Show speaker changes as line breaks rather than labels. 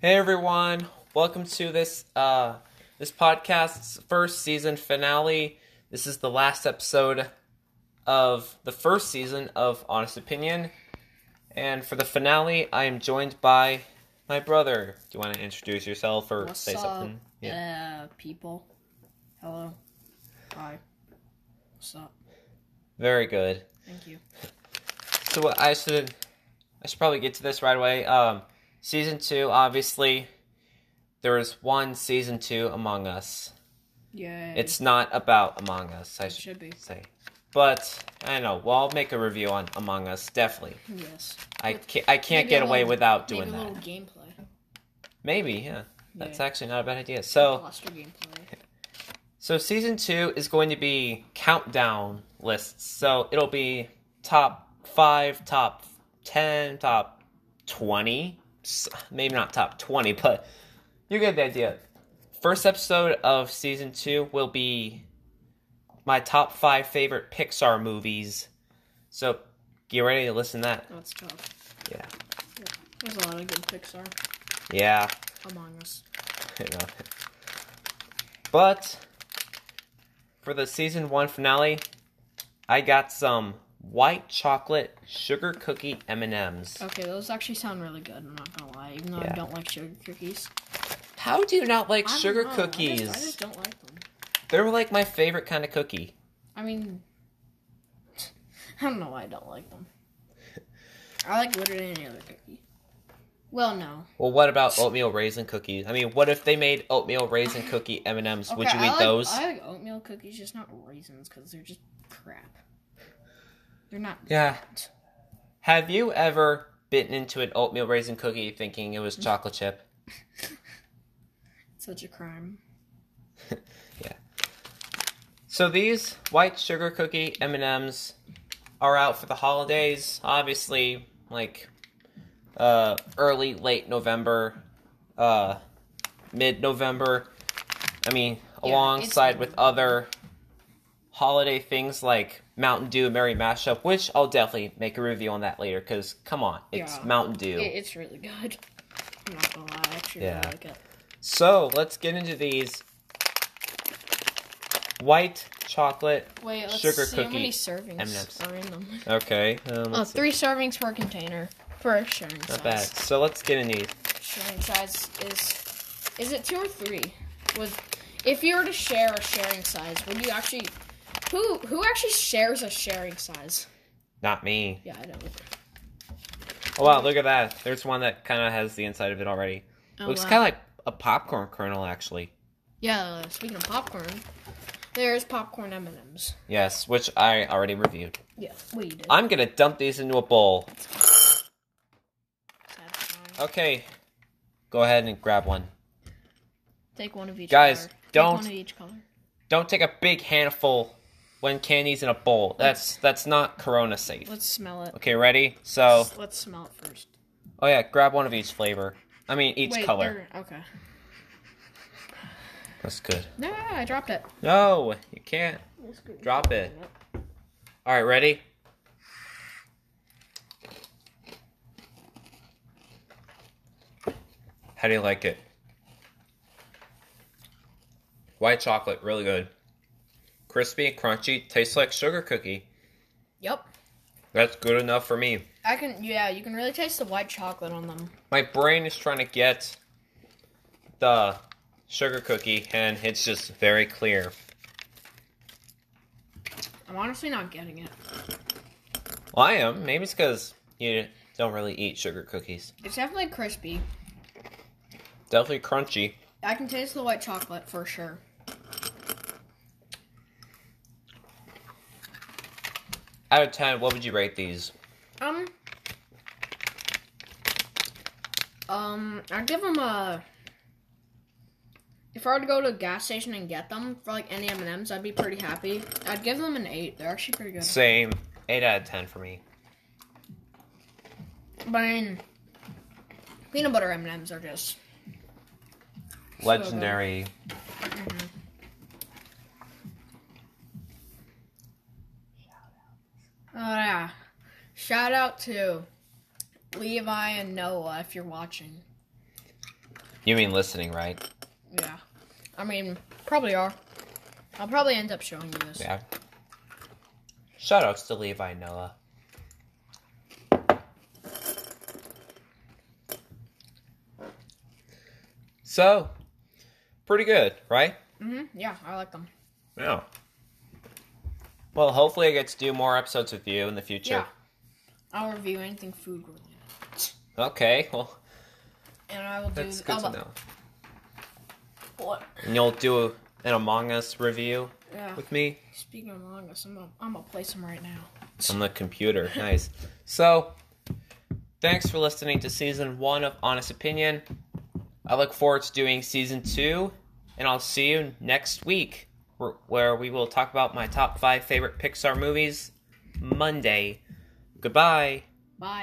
Hey everyone, welcome to this uh this podcast's first season finale. This is the last episode of the first season of Honest Opinion. And for the finale, I am joined by my brother. Do you want to introduce yourself or
What's
say
up?
something? Yeah.
Yeah. people. Hello. Hi. What's up?
Very good.
Thank you.
So what I should I should probably get to this right away. Um season 2 obviously there is one season 2 among us.
Yeah.
It's not about Among Us, I
it
should
should be.
say. But I don't know. Well, I'll make a review on Among Us. Definitely,
Yes.
I can't. I can't
Maybe
get
a
away
little-
without doing
Maybe a
that.
little gameplay.
Maybe, yeah. That's
Yeah.
actually not a bad idea. So,
Cluster gameplay.
so season two is going to be countdown lists. So it'll be top five, top ten, top twenty. S- Maybe not top twenty, but you get the idea. First episode of season two will be my top five favorite Pixar movies. So get ready to listen to that.
That's tough.
Yeah.
There's a lot of good Pixar
Yeah.
among us.
you know. uh, But for the season one finale, I got some white chocolate sugar cookie M and M's.
Okay, those actually sound really good. I'm not gonna lie, even though
Yeah.
I don't like sugar cookies.
How do you not like
I don't
sugar
know, I just-
cookies?
I just, don't like them.
They're like my favorite kind of cookie.
I mean, I don't know why I don't like them. I like literally any other cookie. Well, no.
Well, what about oatmeal raisin cookies? I mean, what if they made oatmeal raisin cookie M and M's? Would
Okay,
you
I
eat
like,
those?
I like oatmeal cookies, just not raisins, because they're just crap. They're not.
Yeah. Have you ever bitten into an oatmeal raisin cookie thinking it was
Mm.
chocolate chip?
Such a crime.
So these white sugar cookie M and M's are out for the holidays. Obviously, like uh, early, late November, uh, mid November. I mean,
Yeah,
alongside
it's-
with other holiday things like Mountain Dew Merry Mashup, which I'll definitely make a review on that later. Cause come on, it's
Yeah.
Mountain Dew.
It, it's really good. I'm not gonna lie, I actually
Yeah.
really like it.
So let's get into these white chocolate.
Wait, let's
Sugar
see how many
cookie
servings
M&Ms.
are in them.
Okay. Um,
Oh,
let's see.
three servings per container for sharing size.
Not bad. So let's get into these.
Sharing size is is it two or three? Was if you were to share a sharing size, would you actually? Who who actually shares a sharing size?
Not me.
Yeah, I don't.
Oh wow, look at that. There's one that kind of has the inside of it already.
Oh,
Looks
wow.
kind of like a popcorn kernel, actually.
Yeah, speaking of popcorn, there's popcorn M and M's.
Yes, which I already reviewed.
Yeah, we did.
I'm gonna dump these into a bowl.
Satisfying.
Okay, go ahead and grab one.
Take one of each.
Guys,
color.
don't-
Take one of each color.
Don't take a big handful when candy's in a bowl. That's that's not Corona safe.
Let's smell it.
Okay, ready? So,
Let's smell it first.
oh yeah, grab one of each flavor. I mean, each
Wait,
color.
they're- Okay.
That's good.
No, no, no, I dropped it.
No, you can't drop it. All right, ready? How do you like it? White chocolate, really good. Crispy, crunchy, tastes like sugar cookie.
Yep.
That's good enough for me.
I can. Yeah, you can really taste the white chocolate on them.
My brain is trying to get the sugar cookie, and it's just very clear.
I'm honestly not getting it.
Well, I am. Maybe it's because you don't really eat sugar cookies.
It's definitely crispy.
Definitely crunchy.
I can taste the white chocolate for sure.
Out of 10, what would you rate these?
Um. Um, I'd give them a. If I were to go to a gas station and get them for like any M and M's, I'd be pretty happy. I'd give them an eight. They're actually pretty good.
Same. 8 out of 10 for me.
But I mean, peanut butter M and M's are just good.
Legendary.
oh yeah. Shout out to Levi and Noah if you're watching.
You mean listening, right?
Yeah. I mean, probably are. I'll probably end up showing you this.
Yeah. Shout outs to Levi and Noah. So, pretty good, right?
hmm Yeah, I like them.
Yeah. Well, hopefully I get to do more episodes with you in the future.
Yeah. I'll review anything food related.
Okay, well,
And I will do.
that's good
I'll-
to know.
What?
And you'll do an Among Us review
Yeah.
with me?
Speaking of Among Us, I'm gonna, I'm gonna play some right now.
on the computer. Nice. So, thanks for listening to season one of Honest Opinion. I look forward to doing season two, and I'll see you next week, where- where we will talk about my top five favorite Pixar movies Monday. Goodbye.